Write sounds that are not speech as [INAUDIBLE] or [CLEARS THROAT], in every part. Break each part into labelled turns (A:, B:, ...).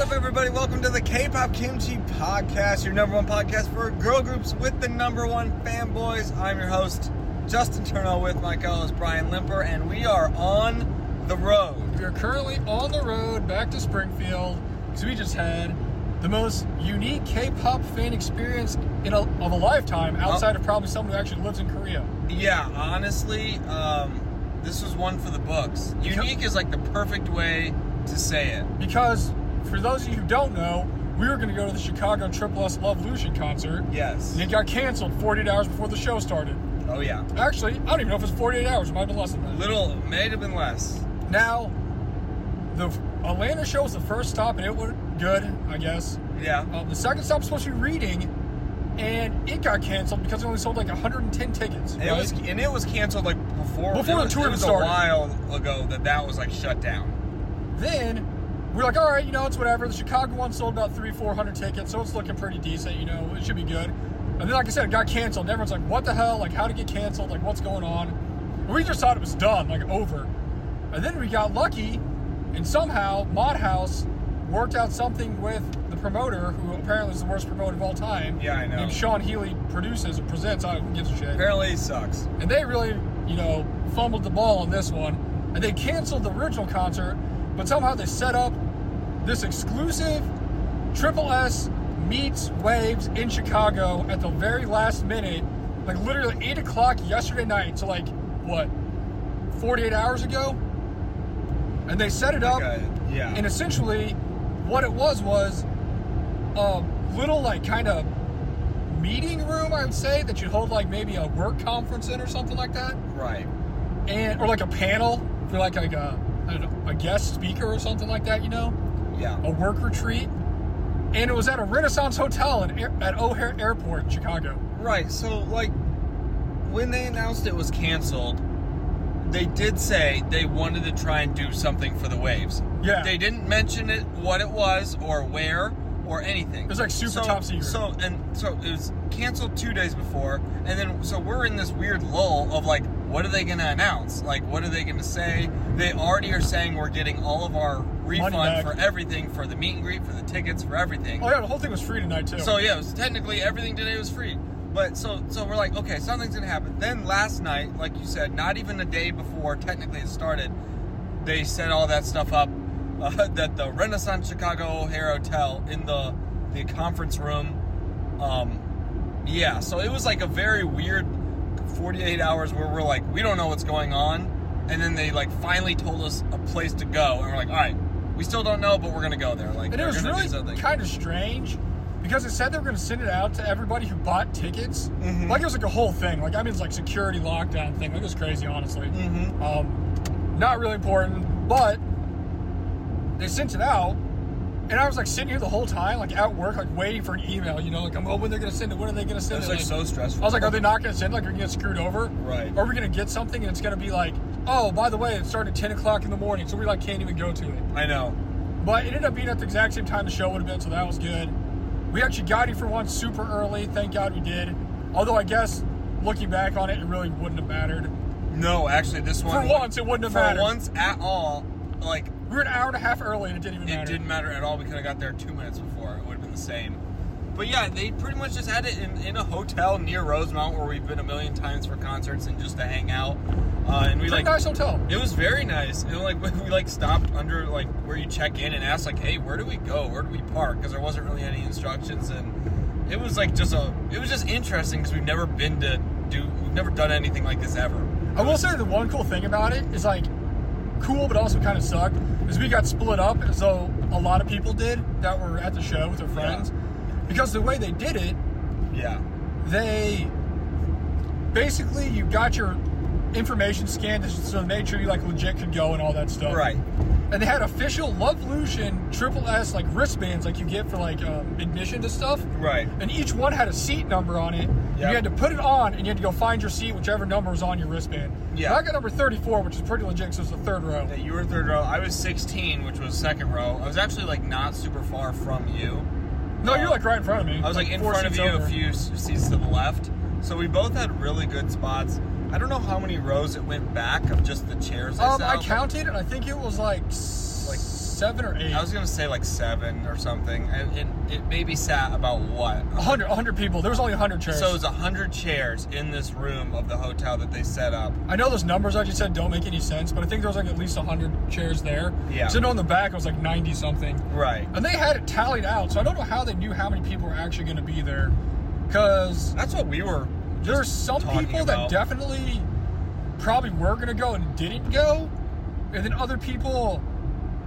A: up, everybody? Welcome to the K-pop Kimchi Podcast, your number one podcast for girl groups with the number one fanboys. I'm your host, Justin Turno, with my co-host Brian Limper, and we are on the road.
B: We are currently on the road back to Springfield because we just had the most unique K-pop fan experience in a, of a lifetime outside of probably someone who actually lives in Korea.
A: Yeah, honestly, um, this was one for the books. Unique is like the perfect way to say it.
B: Because for those of you who don't know, we were going to go to the Chicago Triple S Love Lucian concert.
A: Yes.
B: And it got canceled 48 hours before the show started.
A: Oh yeah.
B: Actually, I don't even know if it's 48 hours. It might have been less than that.
A: Little may have been less.
B: Now, the Atlanta show was the first stop, and it went good, I guess.
A: Yeah.
B: Um, the second stop was supposed to be Reading, and it got canceled because it only sold like 110 tickets.
A: And it
B: right?
A: was and it was canceled like before
B: Before the
A: it was-
B: tour
A: it was
B: even started.
A: a while ago that that was like shut down.
B: then we we're like, all right, you know, it's whatever. The Chicago one sold about three, 400 tickets, so it's looking pretty decent. You know, it should be good. And then, like I said, it got canceled. And everyone's like, what the hell? Like, how did it get canceled? Like, what's going on? And we just thought it was done, like over. And then we got lucky, and somehow Mod House worked out something with the promoter, who apparently is the worst promoter of all time.
A: Yeah, I know.
B: Named Sean Healy produces and presents. I don't who gives a shit.
A: Apparently it sucks.
B: And they really, you know, fumbled the ball on this one. And they canceled the original concert, but somehow they set up this exclusive Triple S meets Waves in Chicago at the very last minute, like literally 8 o'clock yesterday night to like, what, 48 hours ago? And they set it up.
A: Like a- yeah.
B: And essentially, what it was was a little, like, kind of meeting room, I would say, that you'd hold, like, maybe a work conference in or something like that.
A: Right.
B: And, or like a panel for, like, like a, I don't know, a guest speaker or something like that, you know?
A: Yeah.
B: A work retreat. And it was at a Renaissance hotel in, Air- at O'Hare Airport, in Chicago.
A: Right. So like when they announced it was canceled, they did say they wanted to try and do something for the waves.
B: Yeah.
A: They didn't mention it what it was or where or anything. It
B: was, like, super
A: so,
B: top secret.
A: So and so it was canceled 2 days before and then so we're in this weird lull of like what are they going to announce? Like what are they going to say? They already are saying we're getting all of our refund
B: back.
A: for everything for the meet and greet, for the tickets, for everything.
B: Oh, yeah, the whole thing was free tonight, too.
A: So yeah, it was technically everything today was free. But so so we're like, okay, something's gonna happen. Then last night, like you said, not even a day before technically it started, they set all that stuff up uh, [LAUGHS] that the Renaissance Chicago O'Hare Hotel in the the conference room. Um, yeah, so it was like a very weird 48 hours where we're like, we don't know what's going on. And then they like finally told us a place to go, and we're like, all right, we still don't know, but we're gonna go there. Like,
B: And it
A: we're
B: was
A: gonna do
B: really
A: something.
B: kind of strange because it said they were going to send it out to everybody who bought tickets.
A: Mhm.
B: Like it was like a whole thing. Like I mean, it's like security lockdown thing. Like it was crazy, honestly.
A: Mhm.
B: Um, not really important, but they sent it out, and I was like sitting here the whole time, like at work, like waiting for an email. You know, like I'm, oh, when they're going to send it? When are they going to
A: It
B: send
A: was
B: it?
A: like
B: Like,
A: so stressful.
B: I was like, are they not going to send? Like, are we going to get screwed over?
A: Right.
B: Or are we going to get something and it's going to be like, oh, by the way, it started at 10 o'clock in the morning, so we like can't even go to it.
A: I know.
B: But it ended up being at the exact same time the show would have been, so that was good. We actually got here for once super early. Thank God we did. Although I guess looking back on it, it really wouldn't have mattered.
A: No, actually, this one.
B: For once, it wouldn't have
A: for
B: mattered.
A: once at all, like
B: We were an hour and a half early, and it didn't even
A: it
B: matter.
A: didn't matter at all. We could have got there two minutes before. It would have been the same. But yeah, they pretty much just had it in, in a hotel near Rosemount, where we've been a million times for concerts and just to hang out. Uh, and we like
B: Pretty nice hotel.
A: It was very nice. And like [LAUGHS] we like stopped under like where you check in and asked like, "Hey, where do we go? Where do we park?" Because there wasn't really any instructions, and it was like just a it was just interesting because we've never been to do we've never done anything like this ever.
B: I will say the one cool thing about it is like cool, but also kind of sucked. Is we got split up, so a lot of people did that were at the show with their friends, because the way they did it
A: Yeah,
B: they basically you got your information scanned so they made sure you like legit could go and all that stuff.
A: right.
B: And they had official Love Lucian triple S like wristbands like you get for like um, admission to stuff.
A: Right.
B: And each one had a seat number on it. You
A: Yep.
B: had to put it on and you had to go find your seat, whichever number was on your wristband.
A: Yeah.
B: I got number 34, which is pretty legit because it was the third row.
A: Yeah, you were third row. I was 16, which was second row. I was actually like not super far from you.
B: No, you're like right in front of me.
A: I was like in
B: four
A: front of you
B: seats over.
A: a few s- seats to the left. So we both had really good spots. I don't know how many rows it went back of just the chairs. I
B: Um, I
A: sat on.
B: counted and I think it was like,
A: Like
B: like seven or eight.
A: I was gonna say like seven or something, and it, it maybe sat about what?
B: 100, 100 people. There was only 100 chairs.
A: So it's hundred chairs in this room of the hotel that they set up.
B: I know those numbers I just said don't make any sense, but I think there was like at least 100 chairs there.
A: Yeah.
B: So I know in the back it was like 90 something.
A: Right.
B: And they had it tallied out, so I don't know how they knew how many people were actually going to be there. Because
A: That's what we were. just
B: there's some
A: talking
B: people that
A: about.
B: definitely probably were going to go and didn't go. And then other people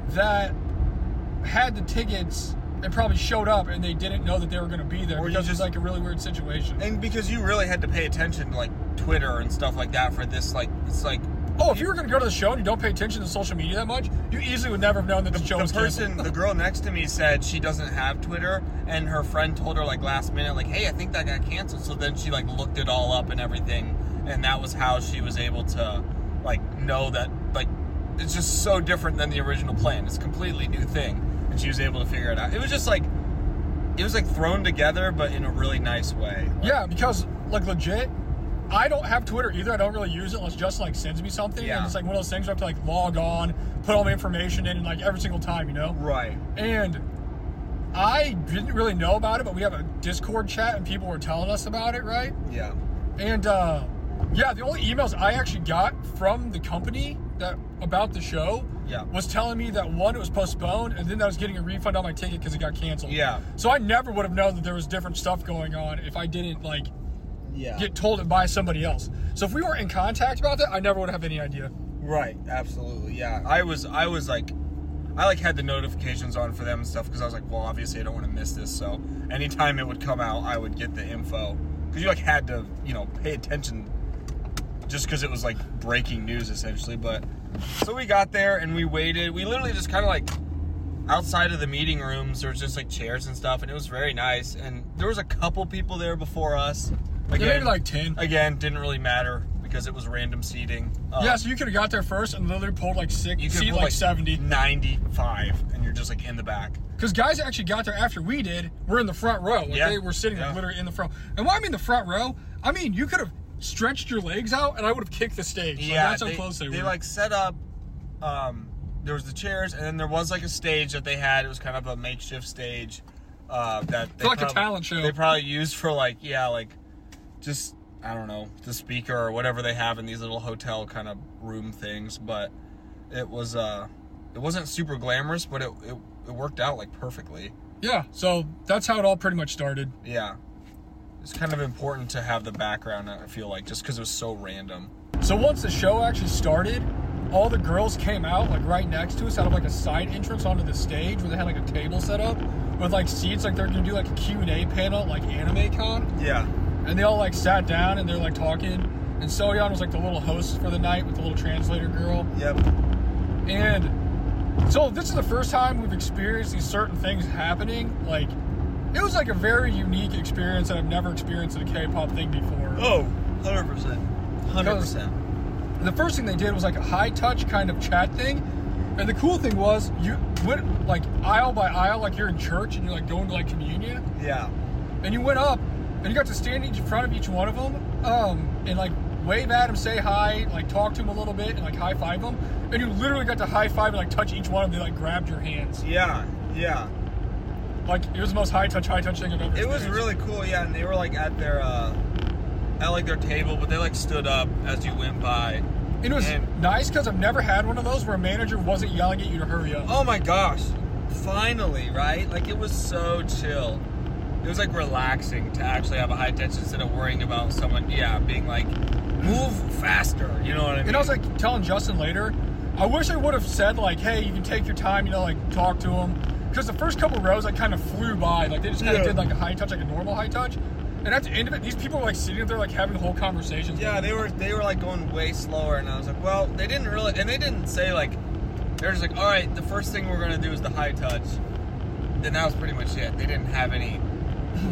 B: that had the tickets and probably showed up and they didn't know that they were going to be there
A: Or you
B: because
A: just-
B: it's like a really weird situation.
A: and because you really had to pay attention to like Twitter and stuff like that for this. Like it's like
B: Oh, if you were going to go to the show and you don't pay attention to social media that much, you easily would never have known that the, show
A: the
B: was
A: person, the girl next to me said she doesn't have Twitter, and her friend told her like last minute, like, "Hey, I think that got canceled." So then she like looked it all up and everything, and that was how she was able to like know that like it's just so different than the original plan. It's a completely new thing, and she was able to figure it out. It was just like it was like thrown together, but in a really nice way.
B: Yeah, because like legit, I don't have Twitter either. I don't really use it unless Justin like sends me something.
A: Yeah.
B: And it's like one of those things where I have to like log on, put all my information in, and like every single time, you know.
A: Right.
B: And I didn't really know about it, but we have a Discord chat and people were telling us about it, right?
A: Yeah.
B: And uh, yeah, the only emails I actually got from the company that about the show
A: Yeah.
B: was telling me that one it was postponed, and then that I was getting a refund on my ticket because it got canceled.
A: Yeah.
B: So I never would have known that there was different stuff going on if I didn't like
A: Yeah.
B: get told it by somebody else. So if we weren't in contact about that, I never would have any idea.
A: Right, absolutely. Yeah. I was I was like I like had the notifications on for them and stuff because I was like, well, obviously I don't want to miss this. So anytime it would come out, I would get the info because you like had to, you know, pay attention just because it was like breaking news essentially. But so we got there and we waited. We literally just kind of like outside of the meeting rooms. There was just like chairs and stuff, and it was very nice. And there was a couple people there before us.
B: Yeah, maybe like 10.
A: Again, didn't really matter because it was random seating. Um,
B: yeah, so you could have got there first and literally pulled like six,
A: you could
B: seat
A: pull
B: like, 70.
A: 95 and you're just like in the back
B: Because guys that actually got there after we did, we're in the front row. Like
A: Yeah.
B: they were sitting like,
A: Yeah.
B: literally in the front. And when I mean the front row, I mean you could have stretched your legs out and I would have kicked the stage. Like, that's how
A: they,
B: close they,
A: they
B: were.
A: like set up um there was the chairs and then there was like a stage that they had it was kind of a makeshift stage uh that they
B: like a talent show.
A: they probably used for like yeah like just i don't know the speaker or whatever they have in these little hotel kind of room things but it was uh it wasn't super glamorous but it it, it worked out like perfectly
B: yeah, so that's how it all pretty much started.
A: yeah it's kind of important to have the background i feel like just because it was so random
B: So once the show actually started, all the girls came out like right next to us out of like a side entrance onto the stage where they had like a table set up with like seats like they're gonna do like a Q&A panel at, like anime con
A: Yeah.
B: and they all like sat down and they're like talking and Soyeon was like the little host for the night with the little translator girl
A: Yep.
B: and so this is the first time we've experienced these certain things happening like it was like a very unique experience that I've never experienced in a K-pop thing before
A: Oh, 100%.
B: 100%. the first thing they did was like a high touch kind of chat thing. And the cool thing was you went like aisle by aisle, like you're in church and you're like going to like communion.
A: Yeah.
B: And you went up and you got to stand each in front of each one of them um, and like wave at him, say hi, like talk to him a little bit and like high five him. And you literally got to high five and like touch each one of them. They like grabbed your hands.
A: Yeah. Yeah.
B: Like it was the most high touch, high touch thing I've ever
A: It was
B: experienced.
A: really cool. Yeah, and they were like at their uh at like their table, but they like stood up as you went by.
B: It was
A: and-
B: nice because I've never had one of those where a manager wasn't yelling at you to hurry up.
A: Oh my gosh. Finally, right? Like it was so chill. It was like relaxing to actually have a high touch instead of worrying about someone, yeah, being like, move faster. You know what I mean?
B: And I was like telling Justin later, I wish I would have said like, hey, you can take your time, you know, like talk to him. Because the first couple rows, I kind of flew by. Like they just kind
A: Yeah.
B: of did like a high touch, like a normal high touch. And at the end of it, these people were like sitting there, like having whole conversations.
A: Yeah, they were they were like going way slower, and I was like, well, they didn't really, and they didn't say like, they're just like, all right, the first thing we're gonna do is the high touch. Then that was pretty much it. They didn't have any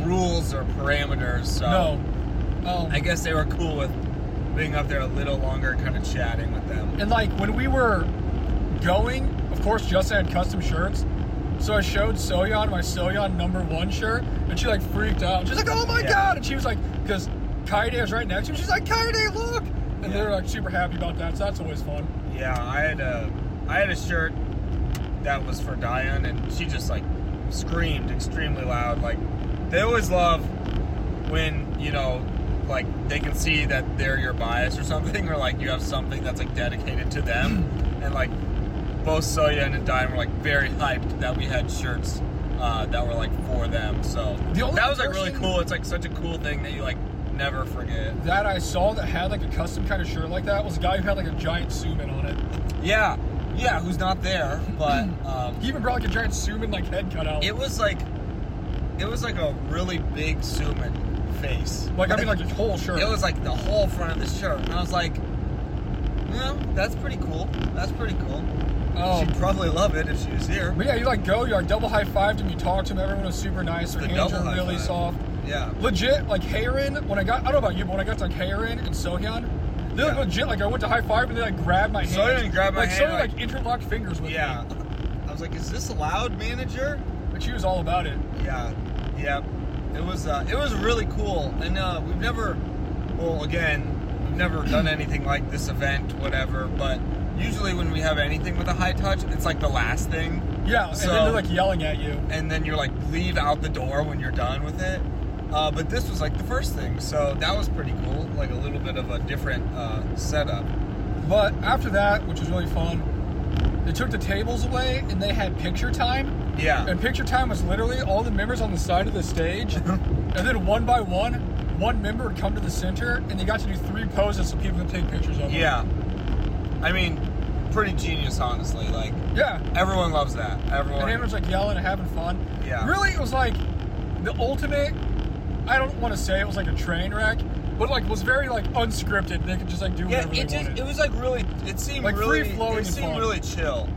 A: rules or parameters, so
B: No. Um,
A: I guess they were cool with being up there a little longer, kind of chatting with them.
B: And like when we were going, of course, Justin had custom shirts. So I showed Soyeon my Soyeon number one shirt, and she like freaked out. She's like, "Oh my
A: Yeah.
B: god!" And she was like, "Cause Kaede was right next to me." She's like, "Kaede, look!" And
A: Yeah.
B: they were like super happy about that. So that's always fun.
A: Yeah, I had a I had a shirt that was for Diane, and she just like screamed extremely loud. Like they always love when you know, like they can see that they're your bias or something, or like you have something that's like dedicated to
B: [CLEARS THROAT]
A: them, and like both Soya and Diane were like very hyped that we had shirts uh, that were like for them. So
B: The only
A: that was like really
B: person-
A: cool. It's like such a cool thing that you like never forget.
B: That I saw that had like a custom kind of shirt like that was a guy who had like a giant Suman on it.
A: Yeah, yeah. Who's not there?
B: [CLEARS THROAT]
A: But um,
B: He even brought like a giant Suman like head cutout.
A: it was like it was like a really big Suman face.
B: like
A: [LAUGHS]
B: I mean like his whole shirt.
A: It was like the whole front of the shirt, and I was like, "No, that's pretty cool. That's pretty cool.
B: Um,
A: She'd probably love it if she was here."
B: But yeah, you like go, you like double high fived him, you talk to him, everyone was super nice, their
A: The
B: hands
A: double
B: are
A: high
B: really
A: five.
B: soft.
A: Yeah.
B: Legit, like Heron, when I got, I don't know about you, but when I got to like Heron and Sohyun, they like
A: Yeah.
B: legit, like I went to high five and they like grabbed my hand.
A: Sohyun grabbed my
B: like,
A: hand,
B: Sohyun
A: like-
B: like, interlocked fingers with
A: Yeah.
B: [LAUGHS] me.
A: I was like, "Is this allowed, manager?"
B: Like she was all about it.
A: Yeah, yeah. It was uh, it was really cool, and uh, we've never, well, again, we've never
B: [CLEARS THROAT]
A: done anything like this event, whatever. But usually when we have anything with a high touch, it's like the last thing,
B: Yeah, and
A: So-
B: then they're like yelling at you.
A: and then you're like leave out the door when you're done with it. Uh, but this was like the first thing, so that was pretty cool. Like a little bit of a different uh, setup.
B: But after that, which was really fun, they took the tables away and they had picture time.
A: Yeah,
B: And picture time was literally all the members on the side of
A: [LAUGHS]
B: the stage. and then one by one, one member would come to the center and they got to do three poses so people could take pictures of them.
A: yeah. I mean, pretty genius, honestly. Like
B: Yeah.
A: everyone loves that. Everyone.
B: And everyone's like yelling and having fun.
A: Yeah.
B: Really, it was like the ultimate, I don't want to say it was like a train wreck, but like was very like unscripted. They could just like do
A: Yeah,
B: whatever
A: it
B: they
A: just
B: wanted.
A: it was like really it seemed
B: Like,
A: really
B: free-flowing
A: it
B: and
A: seemed
B: fun.
A: really chill.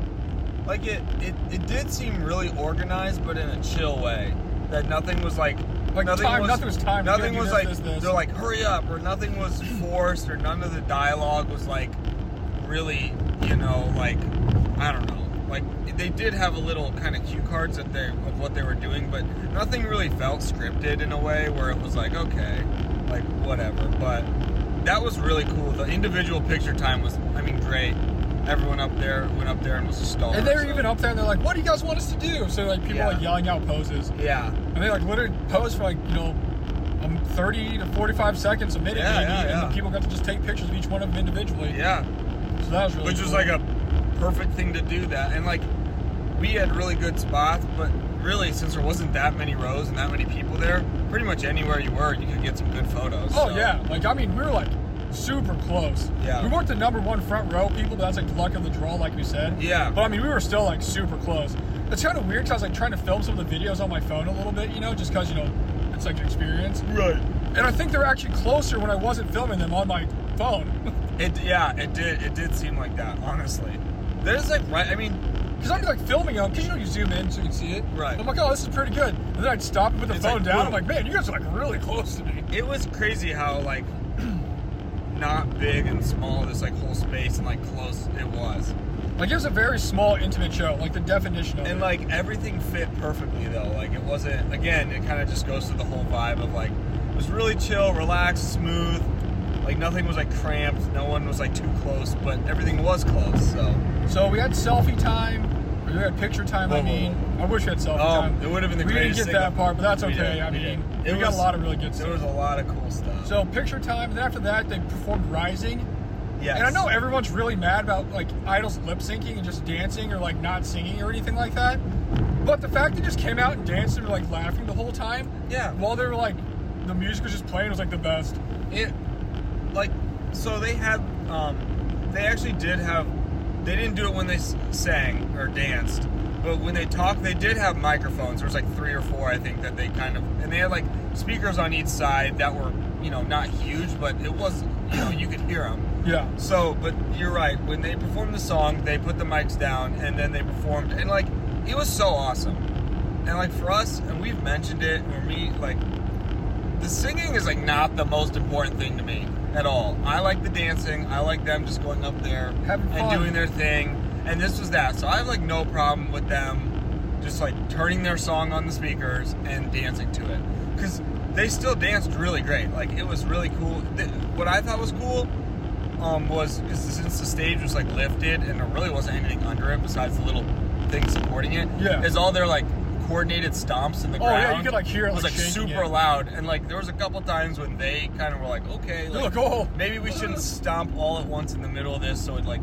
A: Like it, it it did seem really organized but in a chill way. That nothing was like
B: Like,
A: nothing
B: time-
A: was
B: nothing was timed. You
A: Nothing
B: gotta do
A: was
B: this,
A: like
B: this, this.
A: they're like hurry up or nothing was forced or none of the dialogue was like really, you know, like I don't know. Like they did have a little kind of cue cards that they of what they were doing, but nothing really felt scripted in a way where it was like okay, like whatever. But that was really cool. The individual picture time was, I mean, great. Everyone up there went up there and was a star.
B: and they were
A: so-
B: even up there and they're like, what do you guys want us to do? So like people
A: Yeah.
B: like yelling out poses.
A: Yeah,
B: And they like literally posed for like, you know, um, 30 to 45 seconds a minute.
A: Yeah,
B: maybe,
A: yeah,
B: and
A: yeah.
B: the people got to just take pictures of each one of them individually.
A: yeah.
B: So that was really
A: which
B: cool.
A: was like a perfect thing to do that and like we had really good spots but really since there wasn't that many rows and that many people there pretty much anywhere you were you could get some good photos
B: Oh,
A: so-
B: yeah. Like, I mean, we were like super close.
A: Yeah.
B: We weren't the number one front row people, but that's like luck of the draw, like we said.
A: Yeah.
B: But I mean, we were still like super close. It's kind of weird because I was like trying to film some of the videos on my phone a little bit, you know, just because, you know, it's like an experience.
A: right
B: And I think they're actually closer when I wasn't filming them on my phone. [LAUGHS]
A: it yeah it did it did seem like that honestly there's like right i mean
B: Because I'd be like filming them, because you know, you zoom in so you can see it.
A: Right.
B: I'm like, oh, this is pretty good. And then I'd stop and put the
A: It's
B: phone
A: like,
B: down.
A: boom.
B: I'm like, man, you guys are like really close to me.
A: it was crazy how like [CLEARS THROAT] not big and small this like whole space and like close it was
B: Like, it was a very small, intimate show, like the definition of it.
A: And like everything fit perfectly though. Like it wasn't again, it kind of just goes to the whole vibe of like it was really chill, relaxed, smooth. Like nothing was like cramped, no one was like too close, but everything was close. So
B: So we had selfie time. or We had picture time. I
A: Whoa, whoa,
B: mean, I wish we had selfie
A: Oh,
B: time.
A: it would have been the
B: We didn't
A: greatest
B: get
A: thing.
B: that part, but that's
A: We
B: okay.
A: did,
B: I
A: we
B: mean,
A: did. It
B: we got a
A: was-
B: lot of really good
A: there
B: stuff.
A: was a lot of cool stuff.
B: So picture time, and then after that, they performed Rising.
A: yeah,
B: And I know everyone's really mad about like idols lip syncing and just dancing or like not singing or anything like that. But the fact they just came out and danced and were like laughing the whole time,
A: Yeah.
B: while they were like, the music was just playing was like the best.
A: it like so they had um they actually did have they didn't do it when they s- sang or danced but when they talked they did have microphones there was like three or four i think that they kind of and they had like speakers on each side that were you know not huge but it was you know you could hear them
B: Yeah,
A: so, but you're right. When they performed the song, they put the mics down and then they performed, and like it was so awesome. And like for us, and we've mentioned it, or me, like the singing is like not the most important thing to me at all. I like the dancing. I like them just going up there
B: Having
A: and
B: fun.
A: doing their thing. And this was that. So I have like no problem with them just like turning their song on the speakers and dancing to it because they still danced really great. Like it was really cool. Th- what I thought was cool um, was because since the stage was like lifted and there really wasn't anything under it besides the little thing supporting it.
B: Yeah.
A: Is all their like coordinated stomps in the
B: Oh,
A: ground.
B: yeah, you could, like, hear it,
A: was
B: like,
A: like
B: shaking
A: super
B: it.
A: loud, and like there was a couple times when they kind of were like, okay,
B: They're
A: like,
B: like, "Oh."
A: maybe we shouldn't stomp all at once in the middle of this, so it like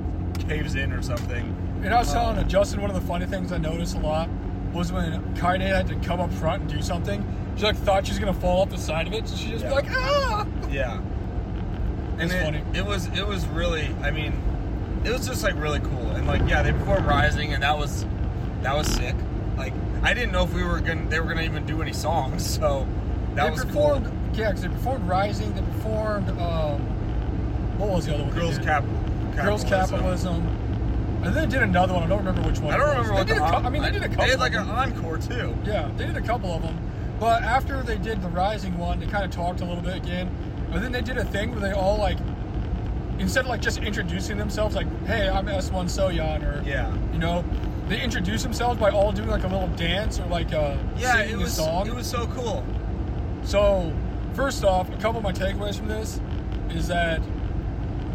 A: caves in or something.
B: And I was telling uh,
A: Um,
B: Justin one of the funny things I noticed a lot was when Kaine had to come up front and do something. She like thought she was gonna fall off the side of it, so she just
A: Yeah.
B: be like, ah.
A: Yeah. And
B: That's
A: it,
B: funny.
A: it was it was really I mean, it was just like really cool. And like yeah, they performed Rising and that was that was sick. Like I didn't know if we were gonna they were gonna even do any songs, [LAUGHS] so that
B: they
A: was
B: performed, yeah, 'cause they performed Rising. They performed, um, what was the other one?
A: cool.
B: they
A: Girls
B: did?
A: Cap
B: Girls Capitalism. And then they did another one. I don't remember which one.
A: I don't
B: it was.
A: remember
B: They
A: what
B: did
A: the
B: a cou-
A: en-
B: I mean, they did a couple.
A: They had like
B: of
A: an
B: them.
A: encore too.
B: Yeah, they did a couple of them. But after they did the Rising one, they kind of talked a little bit again. And then they did a thing where they all like, instead of like just introducing themselves, like, "Hey, I'm S1 Soyeon," or
A: Yeah.
B: you know, they introduce themselves by all doing like a little dance or like uh,
A: Yeah,
B: singing
A: it was
B: a song.
A: it was so cool.
B: So, first off, a couple of my takeaways from this is that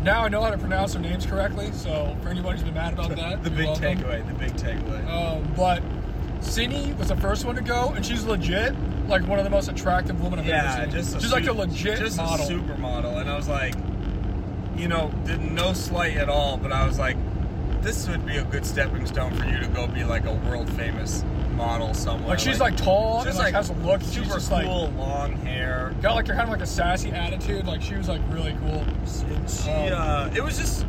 B: now I know how to pronounce their names correctly. So, for anybody who's been mad about
A: [LAUGHS]
B: that,
A: the
B: you're
A: big
B: welcome.
A: takeaway, the big takeaway.
B: Um, but Cindy was the first one to go, and she's legit like one of the most attractive women I've
A: Yeah,
B: ever seen.
A: just a
B: she's like a
A: super-
B: legit
A: just
B: model.
A: a supermodel, and I was like, you know, did no slight at all, but I was like, this would be a good stepping stone for you to go be like a world famous model somewhere.
B: like she's like tall and
A: just,
B: like, has a look. She's
A: super
B: just like
A: cool, long hair.
B: got like a kind of like a sassy attitude. Like she was like really cool.
A: And she, uh,
B: Um,
A: it was just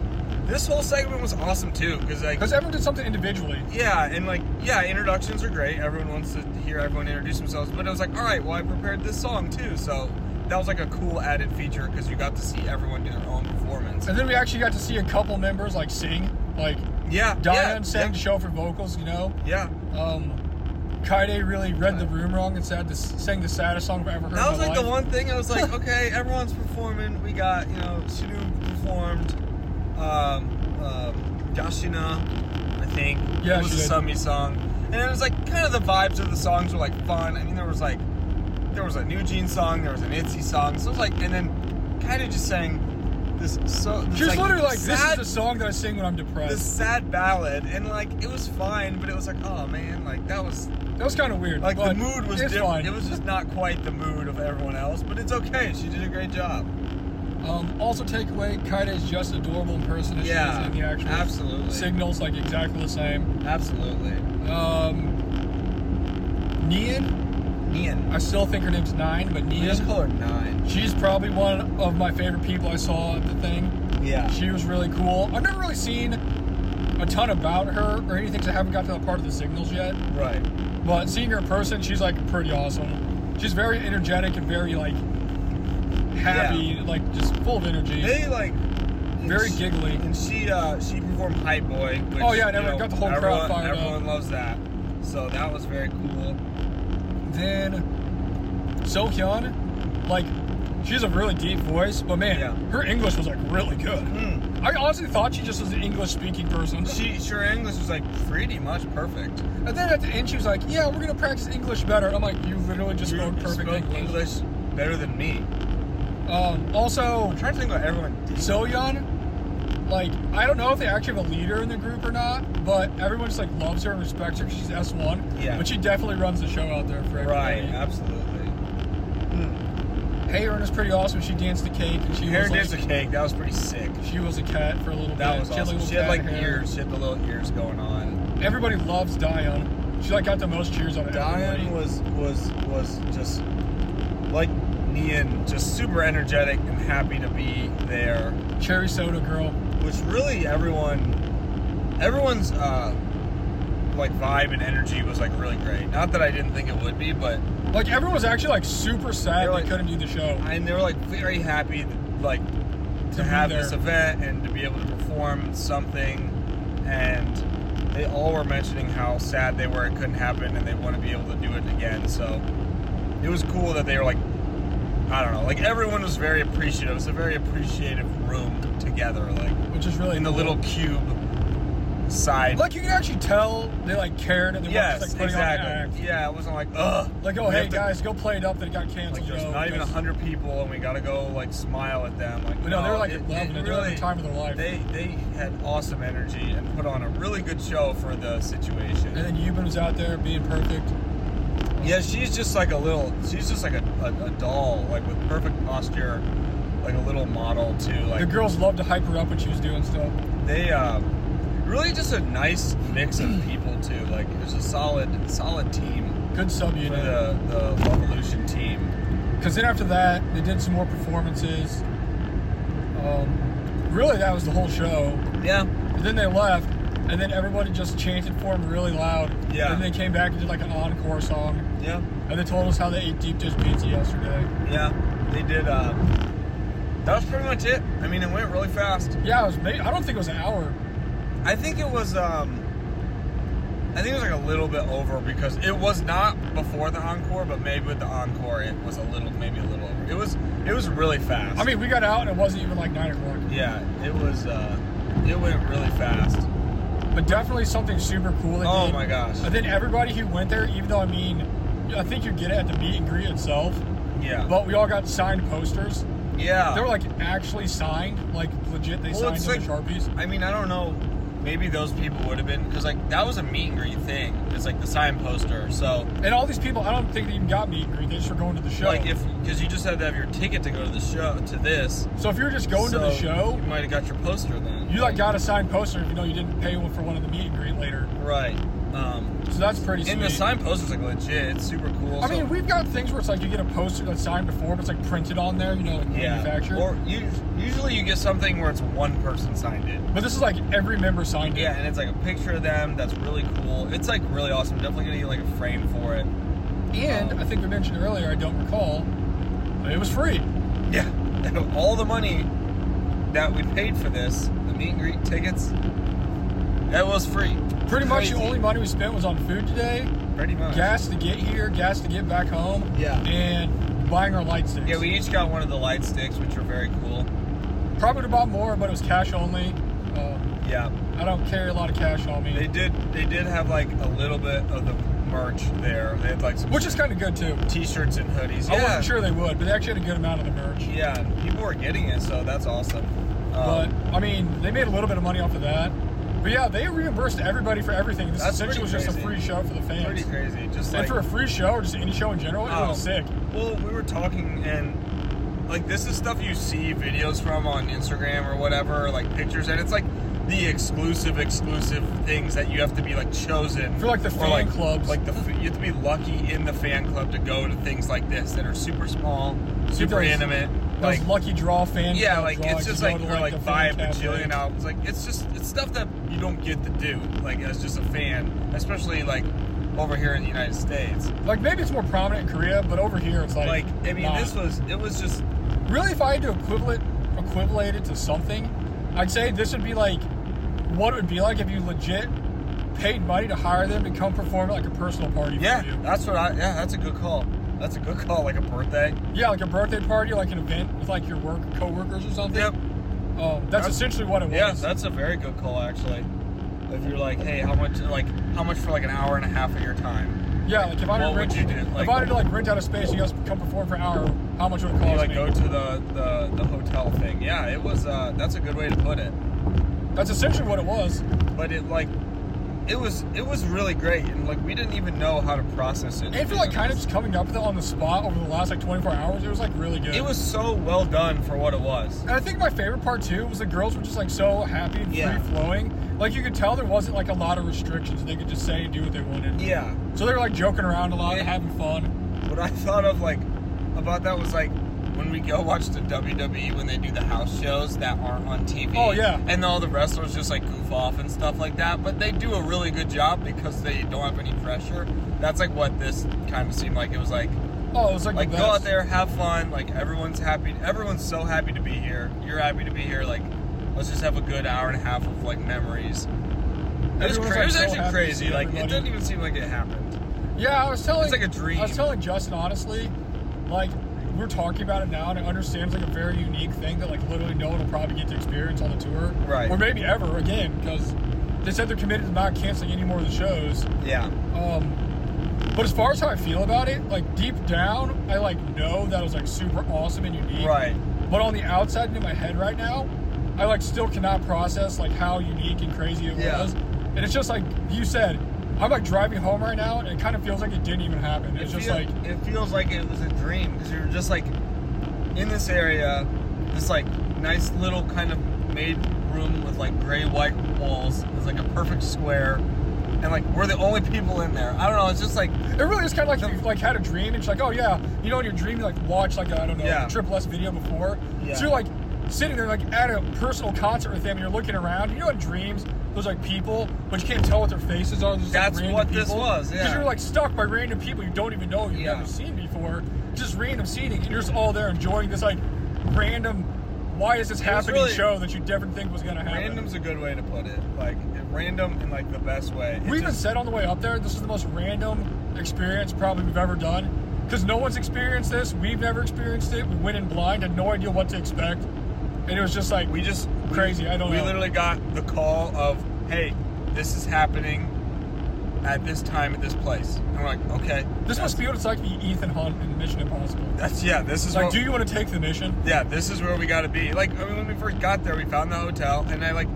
A: this whole segment was awesome too, because like
B: Because everyone did something individually.
A: Yeah, and like, yeah, introductions are great. Everyone wants to hear everyone introduce themselves. But it was like, all right, well, I prepared this song too. So that was like a cool added feature because you got to see everyone do their own performance.
B: And then we actually got to see a couple members like sing, like
A: Yeah. yeah,
B: Diane sang
A: yeah,
B: to show for vocals. You know,
A: Yeah.
B: um, Kaide really read the room wrong and said this, sang the saddest song I've ever heard.
A: That
B: in
A: was
B: my
A: like the
B: life.
A: one thing I was like, okay, everyone's performing. We got, you know, Shinu performed, um, um, Yashina, I think.
B: Yeah,
A: It was
B: she did.
A: a Summy song. And it was like kind of the vibes of the songs were like fun. I mean, there was like, there was a New Jean song, there was an Itzy song. So it was like, and then kind of just sang this so. This
B: She was
A: like,
B: literally like, "This is
A: sad-
B: the song that I sing when I'm depressed."
A: This sad ballad, and like it was fine, but it was like, oh man, like that was
B: That was kind of weird.
A: like the
B: but
A: mood was
B: it's
A: different.
B: fine.
A: It was just not quite the mood of everyone else, but it's okay. She did a great job.
B: um, also take away Kaida is just adorable in person. as she
A: Yeah,
B: is in the actual
A: absolutely.
B: signals like exactly the same.
A: Absolutely.
B: Um, Nian,
A: Ian.
B: I still think her name's Nine, but
A: You just
B: Nian,
A: call her nine.
B: she's probably one of my favorite people I saw at the thing.
A: Yeah.
B: She was really cool. I've never really seen a ton about her or anything. 'cause I haven't got to that part of the signals yet.
A: Right.
B: But seeing her in person, she's like pretty awesome. She's very energetic and very like happy, like just full of energy.
A: They like
B: Very
A: and she-
B: giggly.
A: and she uh she performed Hype Boy. Which,
B: Oh, yeah, and
A: you
B: everyone
A: know,
B: got the whole crowd
A: everyone,
B: fired up.
A: Everyone loves that. So that was very cool.
B: then Sohyun, like she has a really deep voice, but man,
A: Yeah.
B: her English was like really good.
A: Mm.
B: I honestly thought she just was an English speaking person.
A: She sure English was like pretty much perfect.
B: and then at the end, she was like, "Yeah, we're gonna practice English better." And I'm like, "You literally just
A: You
B: spoke perfect
A: spoke
B: English."
A: English better than me.
B: Um, also,
A: I'm trying to think what everyone did.
B: Soyeon, like, I don't know if they actually have a leader in the group or not, but everyone just like loves her and respects her. 'cause She's S one,
A: Yeah.
B: But she definitely runs the show out there for
A: Right,
B: everybody.
A: absolutely. Mm.
B: Hayern is pretty awesome. She danced the cake and she
A: Hair
B: was
A: danced
B: like,
A: a cake. That was pretty sick.
B: she was a cat for a little
A: That
B: bit.
A: was
B: she had,
A: awesome.
B: little
A: She had
B: cat
A: like
B: hair.
A: ears. She had the little ears going on.
B: Everybody loves Dion. She like got the most cheers out of
A: Diane
B: everybody.
A: was was was just like Nian, just super energetic and happy to be there.
B: Cherry soda girl.
A: Which really everyone, everyone's uh, like vibe and energy was like really great. Not that I didn't think it would be, but
B: Like everyone was actually like super sad
A: They're
B: they
A: like-
B: couldn't do the show.
A: and they were like very happy like to,
B: To be
A: have
B: there.
A: this event and to be able to perform something and they all were mentioning how sad they were it couldn't happen and they want to be able to do it again so it was cool that they were like i don't know like everyone was very appreciative it was a very appreciative room together like
B: which is really
A: in the
B: cool.
A: little cube side.
B: Like you can actually tell they like cared and they
A: yes,
B: weren't just like putting
A: exactly.
B: on an act.
A: Yeah, it wasn't like ugh.
B: Like, oh
A: we
B: hey
A: have to-
B: guys, go play it up that it got canceled.
A: Like there's
B: no,
A: not even
B: because-
A: hundred people, and we gotta go like smile at them. Like
B: But no, they were like
A: it-
B: loving it. They were having the time of their life.
A: They they had awesome energy and put on a really good show for the situation.
B: And then Euban was out there being perfect.
A: Yeah, she's just like a little. She's just like a, a, a doll, like with perfect posture, like a little model too.
B: The
A: Like
B: girls loved to hype her up when she was doing stuff.
A: they, um, really just a nice mix
B: [CLEARS THROAT]
A: of people too. Like it was a solid, solid team
B: Good sub
A: for
B: unit.
A: the the Revolution team.
B: Because then after that, they did some more performances. Um, really, that was the whole show.
A: Yeah,
B: And then they left, and then everybody just chanted for them really loud.
A: Yeah.
B: And then they came back and did like an encore song.
A: yeah,
B: And they told us how they ate deep dish pizza yesterday.
A: yeah. They did. Uh, that was pretty much it. I mean, it went really fast.
B: Yeah, it was. Maybe, I don't think it was an hour.
A: I think it was um I think it was like a little bit over because it was not before the encore, but maybe with the encore it was a little maybe a little over. It was it was really fast.
B: I mean, we got out and it wasn't even like nine o'clock.
A: Yeah, it was uh it went really fast.
B: But definitely something super cool. they
A: Oh
B: did.
A: my gosh.
B: I think everybody who went there, even though I mean, I think you get it at the meet and greet itself.
A: Yeah.
B: But we all got signed posters.
A: yeah.
B: They were like actually signed, like legit. They
A: Ah. Well,
B: signed
A: it's
B: with sharpies.
A: I mean, I don't know. Maybe those people would have been because like that was a meet and greet thing. It's like the sign poster. So
B: And all these people, I don't think they even got meet and greet. They just were going to the show.
A: like if because you just had to have your ticket to go to the show to this.
B: so if you were just going to the
A: So
B: show,
A: you might have got your poster then.
B: you like got a signed poster, even though you didn't pay one for one of the meet and greet later.
A: right. Um,
B: So that's pretty.
A: And the
B: sweet.
A: sign poster's like legit. It's super cool.
B: I
A: So-
B: mean, we've got things where it's like you get a poster that's signed before, but it's like printed on there, you know, like
A: yeah.
B: manufactured.
A: Or you, usually you get something where it's one person signed it.
B: but this is like every member signed it.
A: Yeah, and it's like a picture of them. That's really cool. It's like really awesome. Definitely gonna get like a frame for it. [LAUGHS]
B: And I think we mentioned earlier, I don't recall, but it was free.
A: Yeah. [LAUGHS] All the money that we paid for this, the meet and greet tickets, that was free.
B: Pretty much the
A: Crazy.
B: only money we spent was on food today,
A: Pretty much.
B: gas to get here, gas to get back home,
A: Yeah.
B: and buying our light sticks.
A: Yeah, we each got one of the light sticks, which are very cool.
B: probably would've bought more, but it was cash only. Uh,
A: Yeah.
B: I don't carry a lot of cash on me,
A: They did. They did have like a little bit of the merch there. They had like some
B: which is kind of good too.
A: t-shirts and hoodies.
B: I
A: yeah.
B: wasn't sure they would, but they actually had a good amount of the merch.
A: Yeah, and people are getting it, so that's awesome. Um,
B: But I mean, they made a little bit of money off of that. But yeah, they reimbursed everybody for everything. This
A: That's
B: essentially was
A: pretty
B: just a
A: crazy.
B: free show for the fans.
A: pretty crazy. Just
B: And
A: like
B: for a free show or just any show in general, it
A: Oh.
B: was sick.
A: well, we were talking and like this is stuff you see videos from on Instagram or whatever, like pictures, and it's like the exclusive, exclusive things that you have to be like chosen
B: For, like, the
A: or,
B: fan
A: like-
B: clubs.
A: Like the f- you have to be lucky in the fan club to go to things like this that are super small,
B: See
A: super
B: those-
A: intimate,
B: Those
A: like
B: lucky draw fan.
A: Yeah,
B: club
A: like
B: drawings
A: it's just
B: to go
A: like
B: to,
A: we're like
B: the
A: buy a
B: fan cafe.
A: bajillion albums. Like it's just it's stuff that you don't get to do. Like as just a fan, especially like over here in the United States.
B: Like maybe it's more prominent in Korea, but over here it's like.
A: Like I mean,
B: nah.
A: this was it was just
B: really, if I had to equivalent equivalent it to something, I'd say this would be like what it would be like if you legit paid money to hire them to come perform at like a personal party
A: yeah.
B: for you.
A: That's what I yeah. That's a good call. That's a good call. Like a birthday.
B: Yeah, like a birthday party, like an event with like your work coworkers or something.
A: Yep.
B: Um, that's,
A: That's-
B: essentially what it was.
A: Yeah, that's a very good call actually. If you're like, hey, how much like how much for like an hour and a half of your time?
B: yeah, like if I
A: What
B: had
A: would
B: rent,
A: you do? Like-
B: if I had to like rent out a space, you guys come perform for an hour. How much would it cost
A: You like
B: me?
A: go to the the the hotel thing. Yeah, it was. uh That's a good way to put it.
B: That's essentially what it was.
A: but it like it was it was really great and like we didn't even know how to process it
B: And I feel like kind of just coming up with it on the spot over the last like 24 hours, it was like really good.
A: it was so well done for what it was
B: And I think my favorite part too was the girls were just like so happy and
A: Yeah.
B: free flowing. Like you could tell there wasn't like a lot of restrictions. They could just say and do what they wanted.
A: yeah
B: So they were like joking around a lot and
A: Yeah.
B: having fun.
A: what i thought of like about that was like when we go watch the WWE when they do the house shows that aren't on TV.
B: Oh, yeah.
A: And all the wrestlers just like goof off and stuff like that. But they do a really good job because they don't have any pressure. That's like what this kind of seemed like. It was like
B: Oh, it was like,
A: like
B: the
A: go
B: best.
A: out there have fun like everyone's happy everyone's so happy to be here you're happy to be here like let's just have a good hour and a half of like memories it was,
B: Everyone's,
A: cra-
B: like,
A: it was
B: so happy
A: actually
B: to
A: crazy
B: see
A: like it
B: everybody.
A: didn't even seem like it happened
B: Yeah, I was telling.
A: It's like a dream.
B: I was telling Justin honestly, like we're talking about it now, and I understand it's like a very unique thing that like literally no one will probably get to experience on the tour,
A: Right.
B: Or maybe ever again because they said they're committed to not canceling any more of the shows.
A: Yeah.
B: Um, but as far as how I feel about it, like deep down, I like know that was like super awesome and unique.
A: Right.
B: But on the outside and in my head right now, I like still cannot process like how unique and crazy it
A: Yeah.
B: was. And it's just like you said, I'm like driving home right now, and it kind of feels like it didn't even happen. It's
A: It
B: just
A: feel-
B: like
A: it feels like it was a dream because you're just like in this area, this like nice little kind of made room with like gray white walls. It's like a perfect square, and like we're the only people in there. I don't know. It's just like
B: It really is kind of like you like had a dream, and it's like, oh yeah, you know, in your dream you like watch like I don't know
A: Yeah.
B: a Triple S video before,
A: Yeah.
B: so you're like sitting there like at a personal concert with them, and you're looking around. You know, in dreams, there's like people, but you can't tell what their faces are. There's,
A: That's
B: like, random
A: what this
B: people.
A: was, yeah.
B: Because you're like stuck by random people you don't even know you've
A: Yeah.
B: never seen before, just random seating, and you're just all there enjoying this like random. Why is this
A: was
B: happening?
A: really-
B: show that you never think was gonna happen.
A: random's a good way to put it. Like it- random in like the best way. It
B: We even
A: just-
B: said on the way up there, this is the most random experience probably we've ever done because no one's experienced this. We've never experienced it. We went in blind, had no idea what to expect, and it was just like
A: we just
B: crazy. I don't
A: we
B: know.
A: literally got the call of hey, this is happening at this time at this place, and we're like okay.
B: This must be what it's like to be Ethan Hunt in Mission Impossible.
A: That's yeah. This is
B: It's like,
A: what-
B: do you want to take the mission?
A: yeah, this is where we gotta be. Like, I mean, when we first got there, we found the hotel, and I like,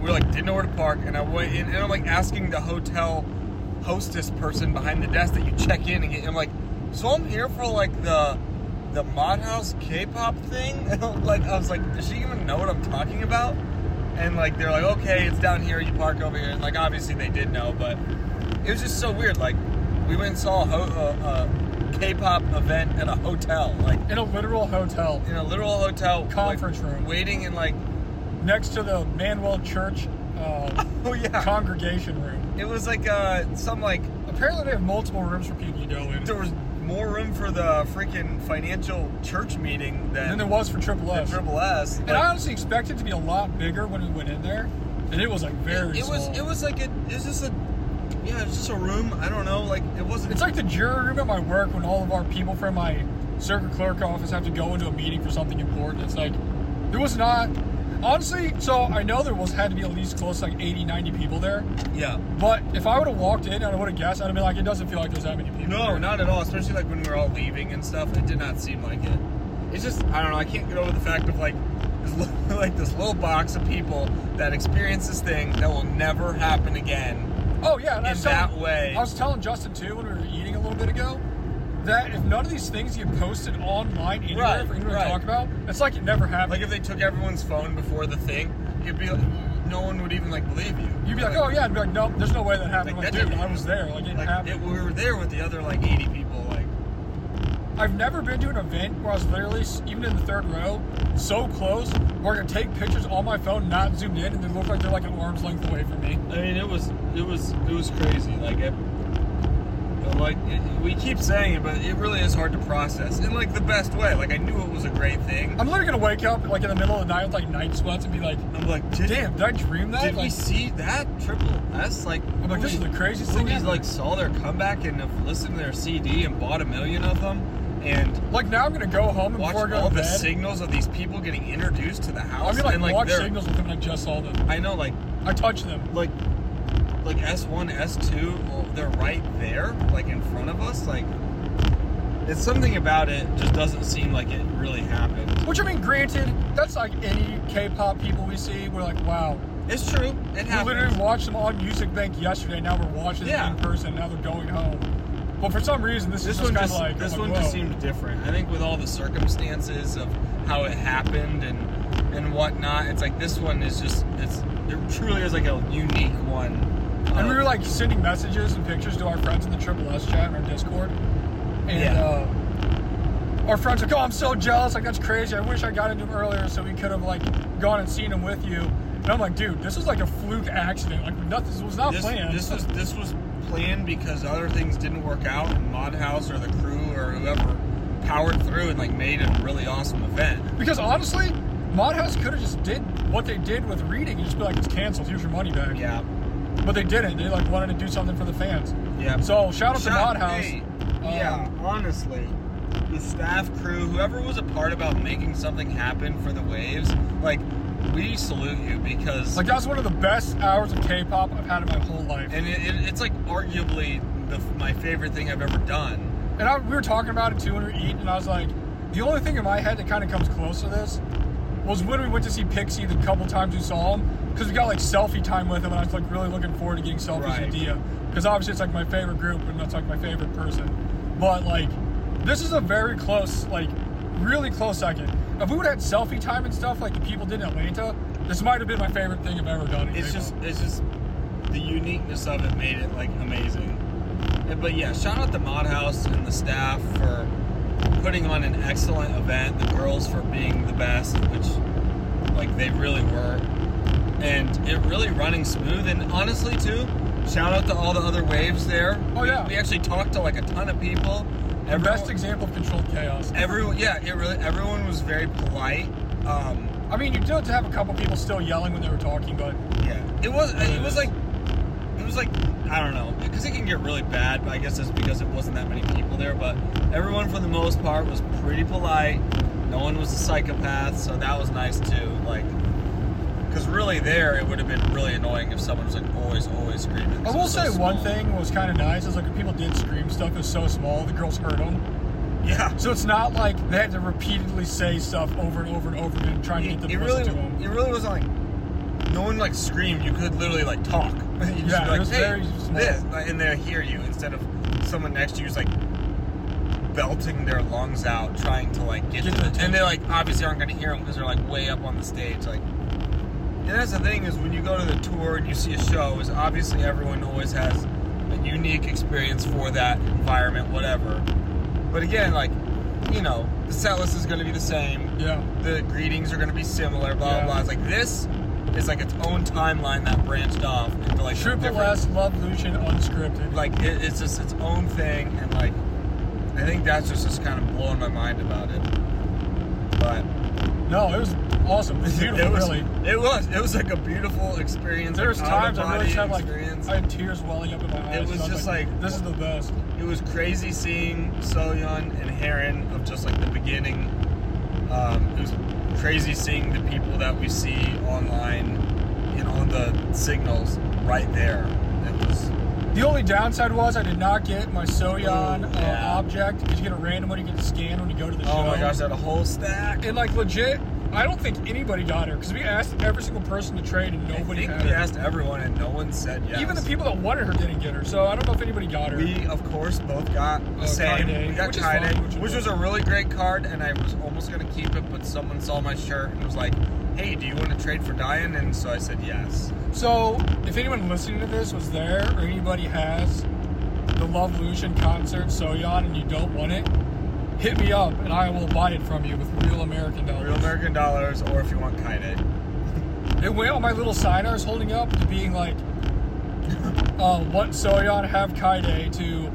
A: we were like, didn't know where to park, and I went in, and I'm like asking the hotel hostess person behind the desk that you check in and get. I'm like, so I'm here for like the the mod house K-pop thing. [LAUGHS] And, like, I was like, does she even know what I'm talking about? And like, they're like, okay, it's down here. You park over here. And like, obviously they did know, but it was just so weird. Like, we went and saw a, ho- a, a K-pop event at a hotel. Like
B: In a literal hotel
A: in a literal hotel like,
B: Conference room.
A: waiting in like [LAUGHS]
B: next to the Manuel Church
A: [LAUGHS]
B: uh,
A: oh yeah
B: congregation room.
A: it was like uh some like
B: Apparently, they have multiple rooms for people to go in.
A: there was more room for the freaking financial church meeting
B: than
A: than
B: there was for Triple
A: the
B: S.
A: triple s
B: And I honestly expected it to be a lot bigger when we went in there, and it was like very.
A: it, it was
B: small.
A: it was like a it was just a yeah it was just a room i don't know like it wasn't
B: It's like the jury room at my work when all of our people from my circuit clerk office have to go into a meeting for something important. It's like, there was not, honestly, so I know there was had to be at least close to like 80, 90 people there.
A: yeah
B: But if I would have walked in and I would have guessed, I'd have been like, it doesn't feel like there's that many people.
A: no
B: here.
A: not at all especially like when we were all leaving and stuff it did not seem like it it's just i don't know i can't get over the fact of like this li- [LAUGHS] like this little box of people that experience this thing that will never happen again
B: Oh, yeah. And I
A: in
B: was
A: that
B: telling-
A: way.
B: I was telling Justin too when we were eating a little bit ago that if none of these things get posted online anywhere
A: Right,
B: for anyone
A: right.
B: to talk about, it's like it never happened.
A: Like if they took everyone's phone before the thing, you'd be like, no one would even like believe you.
B: You'd be like, oh, yeah. I'd be like, nope, there's no way that happened.
A: Like,
B: Like,
A: that
B: dude,
A: didn't-
B: I was there. Like, it
A: like
B: happened.
A: it, we were there with the other like 80 people. Like,
B: I've never been to an event where I was literally, s- even in the third row, so close where I could take pictures on my phone, not zoomed in, and they look like they're like an arm's length away from me.
A: I mean, it was it was it was crazy. Like it, like it, we keep saying it, but it really is hard to process in like the best way. Like I knew it was a great thing.
B: I'm literally gonna wake up like in the middle of the night with like night sweats and be like,
A: I'm like, did,
B: damn, did I dream that?
A: did we
B: Like,
A: see that triple S? Like,
B: I'm like, this is
A: who-
B: the craziest
A: who
B: thing
A: is,
B: ever.
A: like saw their comeback and have listened to their CD and bought a million of them and
B: like, now I'm gonna go home and
A: watch
B: before I go
A: all
B: to
A: the
B: bed.
A: signals of these people getting introduced to the
B: I'm
A: house
B: gonna like,
A: and like
B: watch
A: they're-
B: signals with them and I just saw them.
A: I know like
B: I touch them.
A: like like S1 S2 well, oh, they're right there like in front of us like it's something about it just doesn't seem like it really happened
B: Which I mean, granted, that's like any K-pop people we see. We're like, wow.
A: it's true it
B: We literally
A: happened
B: watched them on Music Bank yesterday. Now we're watching
A: Yeah.
B: them in person. Now they're going home. But for some reason, this,
A: this
B: is
A: one
B: kind of
A: just
B: like
A: this
B: I'm
A: one
B: like,
A: just
B: whoa.
A: seemed different I think with all the circumstances of how it happened and and whatnot it's like this one is just it's it truly is like a unique one
B: And we
A: Uh,
B: were like sending messages and pictures to our friends in the Triple S chat and our Discord. And
A: Yeah.
B: uh, our friends were like, oh, I'm so jealous. Like, that's crazy. I wish I got into him earlier so we could have, like, gone and seen him with you. And I'm like, dude, this was like a fluke accident. Like, nothing, this was not
A: this,
B: planned.
A: This was this was planned because other things didn't work out, and Mod House or the crew or whoever powered through and like made a really awesome event.
B: because honestly, Mod House could have just did what they did with reading and just be like, it's canceled. Here's your money back.
A: Yeah,
B: But they didn't. They, like, wanted to do something for the fans.
A: yeah.
B: So, shout out
A: Shout-
B: to Mod House.
A: hey,
B: Um,
A: yeah, honestly, the staff, crew, whoever was a part about making something happen for the waves, like we salute you because
B: Like that was one of the best hours of K-pop I've had in my whole life.
A: and it, it, it's like arguably the, my favorite thing I've ever done.
B: And I, we were talking about it too when we were eating, and I was like, the only thing in my head that kind of comes close to this was when we went to see Pixie the couple times we saw him, because we got like selfie time with him, and I was like really looking forward to getting selfies
A: Right.
B: with Dia, because obviously it's like my favorite group, and that's like my favorite person. But like, this is a very close, like, really close second. If we would have had selfie time and stuff like the people did in Atlanta, this might have been my favorite thing I've ever done. in
C: It's
B: K-pop.
C: just it's just the uniqueness of it made it like amazing.
A: And- But yeah, shout out to Mod House and the staff for putting on an excellent event. The girls for being the best, which like they really were, and it really running smooth. And honestly, too, shout out to all the other waves there.
B: Oh,
A: We-
B: yeah.
A: we, actually talked to like a ton of people.
B: the best
A: Everyone-
B: example of controlled chaos.
A: Everyone, yeah, it really. Everyone was very polite. Um,
B: I mean, you did have a couple people still yelling when they were talking, but
A: yeah, it was. It was like, it was like, I don't know, because it can get really bad. But I guess that's because it wasn't that many people there. But everyone, for the most part, was pretty polite. No one was a psychopath, so that was nice too. Like, because really, there it would have been really annoying if someone was like always, always screaming. 'cause
B: I
A: it
B: will
A: was so
B: say one
A: small.
B: thing was kind of nice is like if people did scream stuff is so small the girls heard them,
A: Yeah.
B: so it's not like they had to repeatedly say stuff over and over and over again trying to get
A: It,
B: them
A: it
B: to
A: really,
B: listen to them.
A: it really wasn't like no one like screamed. You could literally like talk. [LAUGHS] You'd just
B: Yeah,
A: be
B: it
A: like,
B: was
A: "Hey,
B: very small."
A: this," like, and they hear you instead of someone next to you is like belting their lungs out trying to like get,
B: Get
A: to
B: their
A: the, and they like obviously aren't going to hear them because they're like way up on the stage like. And that's the thing is when you go to the tour and you see a show is obviously everyone always has a unique experience for that environment whatever. But again like you know the set list is going to be the same
B: Yeah,
A: the greetings are going to be similar, blah
B: Yeah.
A: blah blah. It's like this is like its own timeline that branched off into like
B: Triple
A: different-
B: S Love Lucian unscripted.
A: Like it, it's just its own thing, and like I think that's just just kind of blowing my mind about it. But
B: no, it was awesome. It was
A: [LAUGHS]
B: beautiful,
A: it was
B: really.
A: it was it was like a beautiful experience.
B: There was
A: like, out of
B: times I really
A: body
B: just had like
A: experience.
B: I had tears welling up in my eyes.
A: was
B: and I
A: just like-
B: this is the best.
A: it was crazy seeing Soyeon and Heron of just like the beginning. Um, it was crazy seeing the people that we see online and on the signals right there. It was
B: The only downside was I did not get my Soyeon
A: Ooh, Oh, yeah.
B: uh, object because you get a random one you get to scan when you go to the show.
A: oh my gosh, that whole stack.
B: And like legit, I don't think anybody got her because we asked every single person to trade and
A: I
B: nobody
A: think
B: had
A: we
B: her.
A: asked everyone and no one said yes.
B: Even the people that wanted her didn't get her, so I don't know if anybody got her.
A: We of course both got the
B: Uh,
A: same.
B: Kaide,
A: we got
B: which is
A: Kaide,
B: fine, which
A: which,
B: is
A: was a really great card, and I was almost gonna keep it, but someone saw my shirt and was like, "Hey, do you want to trade for Diane?" And so I said yes.
B: so if anyone listening to this was there or anybody has the Love Lucian concert Soyeon and you don't want it, hit me up and I will buy it from you with real American dollars.
A: Real American dollars, or if you want Kaide.
B: It went on my little sign I was holding up to being like, uh, want Soyeon have Kaide to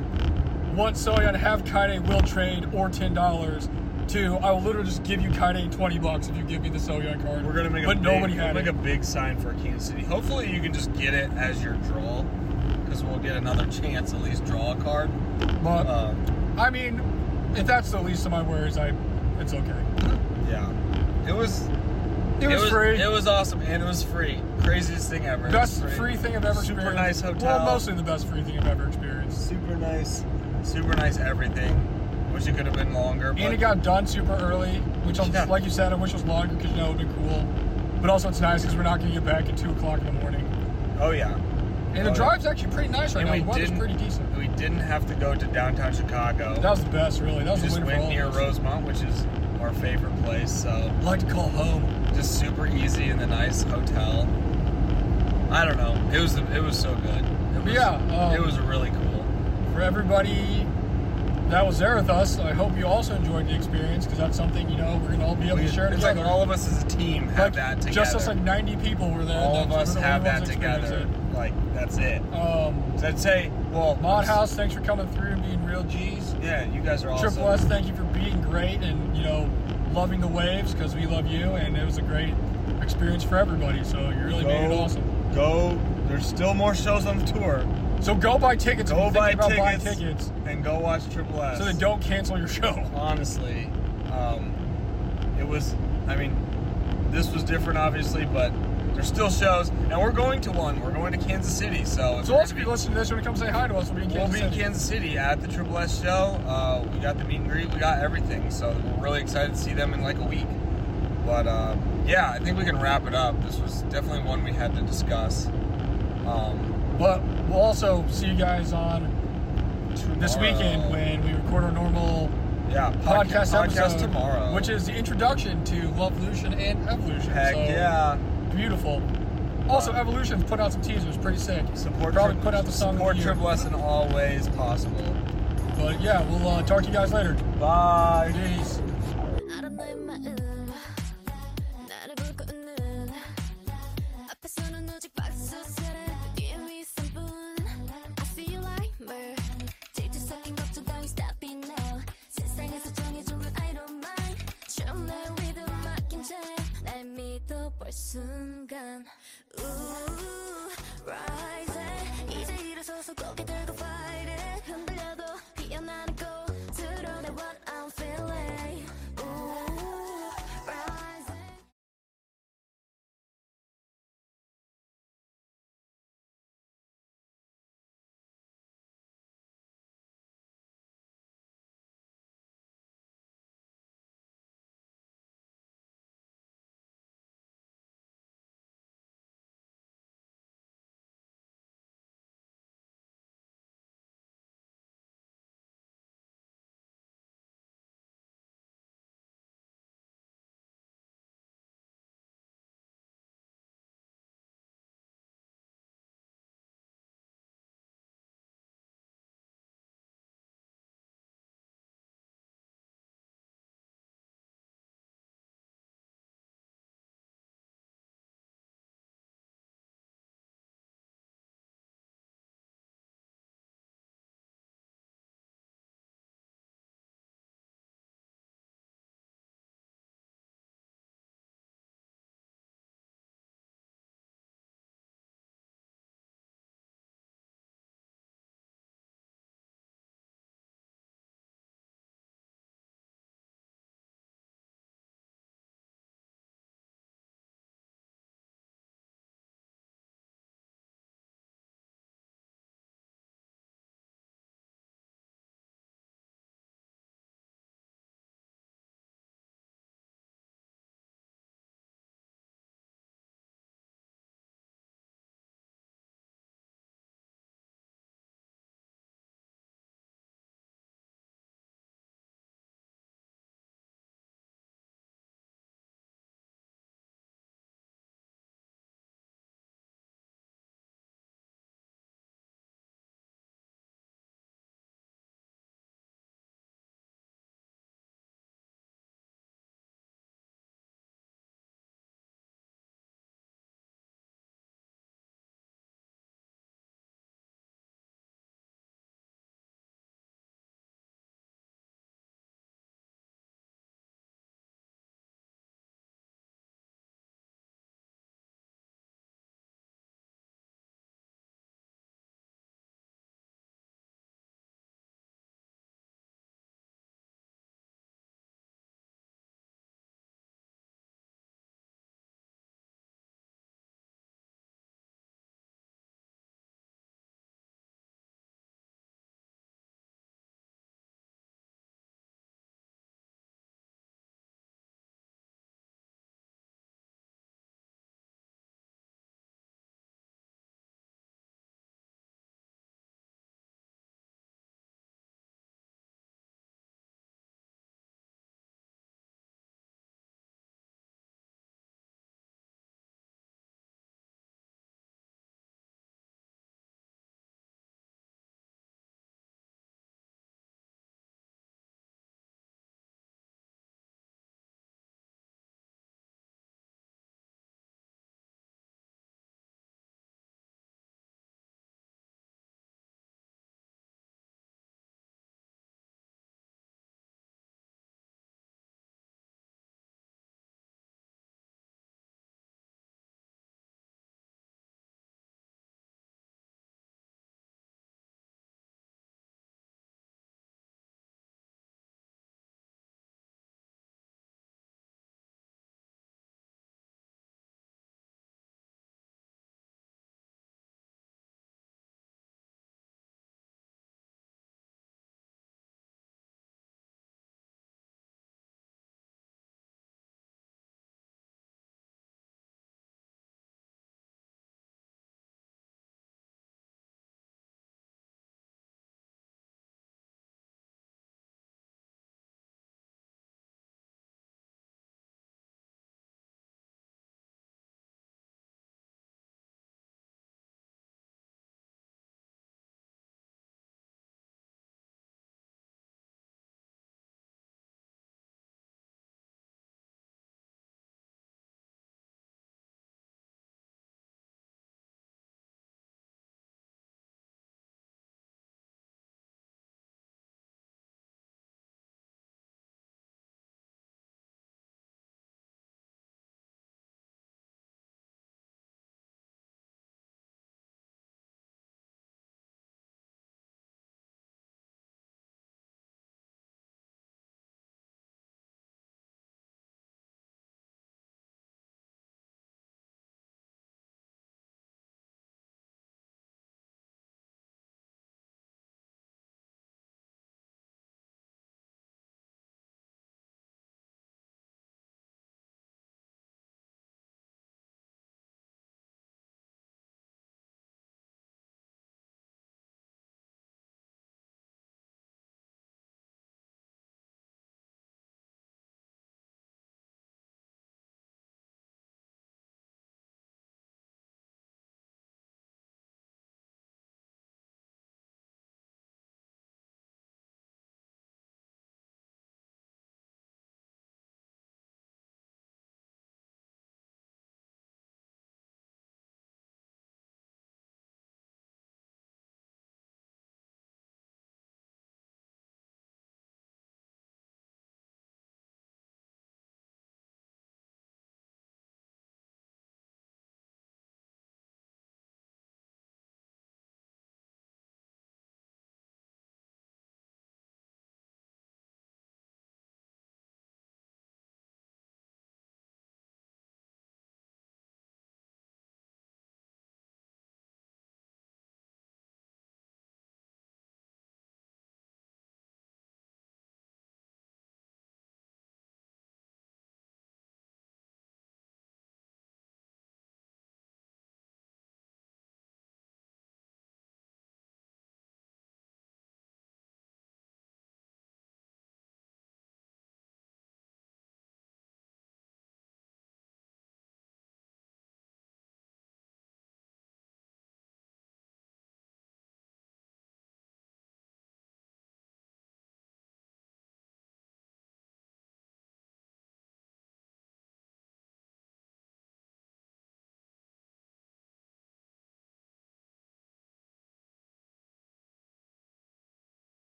B: want Soyeon have Kaide will trade or ten dollars to I will literally just give you Kaide twenty bucks if you give me the Soyeon card.
A: We're gonna make
B: but
A: a
B: nobody
A: big,
B: had
A: we'll
B: it.
A: make a big sign for Kansas City. Hopefully, you can just get it as your draw, because we'll get another chance at least draw a card.
B: but
A: Um,
B: I mean, if that's the least of my worries, I it's okay.
A: yeah, it was.
B: It was, free.
A: It was awesome, and it was free. Craziest thing ever. It was
B: best free thing I've ever
A: Super
B: experienced.
A: nice hotel.
B: Well, mostly the best free thing I've ever experienced.
A: Super nice, super nice everything. Wish it could have been longer. But
B: And it got done super early, which, I'm,
A: Yeah.
B: like you said, I wish it was longer because that would have been cool. But also, it's nice because we're not going to get back at 2 o'clock in the morning.
A: oh yeah,
B: And the
A: Oh,
B: drive's actually pretty nice right
A: And
B: now.
A: we
B: The weather's
A: didn't-
B: pretty decent.
A: yeah. we didn't have to go to downtown Chicago.
B: That was the best, really. That was
A: we
B: a
A: just
B: win for
A: went
B: all
A: near
B: of us.
A: Rosemont, which is our favorite place. So
B: I like to call home.
A: just super easy in the nice hotel. I don't know. It was it was so good. It was,
B: Yeah, um,
A: it was really cool.
B: For everybody that was there with us, I hope you also enjoyed the experience because that's something, you know, we're going to all be able to share
A: it's like
B: together.
A: all of us as a team have
B: Like,
A: that together.
B: Just us, like 90 people were there.
A: all
B: that
A: of
B: were
A: us
B: the
A: have
B: only ones
A: that
B: that experienced
A: together. Like that's it.
B: it. Um,
A: So I'd say, well,
B: Mod House, thanks for coming through and being real G's.
A: Yeah, you guys are awesome.
B: Triple S, thank you for being great and you know loving the waves because we love you, and it was a great experience for everybody. So you really made it
A: Go.
B: awesome.
A: Go. There's still more shows on tour,
B: So go buy tickets.
A: Go
B: if you
A: buy
B: about buying
A: tickets.
B: tickets
A: and go watch Triple S.
B: so they don't cancel your show.
A: Honestly, um, it was. I mean, This was different, obviously, but there's still shows, and we're going to one. We're going to Kansas City, so if
B: [LAUGHS] So
A: you're
B: also, if
A: gonna
B: you
A: be-
B: listen to this, you want to come say hi to us, we'll be in
A: We'll
B: Kansas
A: be in
B: City.
A: Kansas City at the Triple S show. Uh, we got the meet and greet. We got everything. So we're really excited to see them in like a week. But uh, yeah, I think we can wrap it up. This was definitely one we had to discuss. Um,
B: But we'll also see you guys on this
A: tomorrow-
B: weekend when we record our normal
A: yeah
B: podcast,
A: podca- podcast
B: episode
A: tomorrow,
B: which is the introduction to Love Lucian and Evolution.
A: heck
B: so,
A: yeah.
B: beautiful. Also, Evolution put out some teasers, pretty sick.
A: Support
B: Probably
A: Tri-
B: put out the song. of the
A: Support
B: year.
A: Triple S in all ways possible.
B: But yeah, we'll uh, talk to you guys later.
A: Bye.
B: Peace.
D: 아름다움만은 어, 나를 불고 웃는 앞에서는 오직 박수차를 위에 선분 I feel like murder 질투 섞인 걱정 따위 stop it now 세상에서 정해준 룰 I don't mind 춤내 rhythm 맡긴 채날 믿어볼 순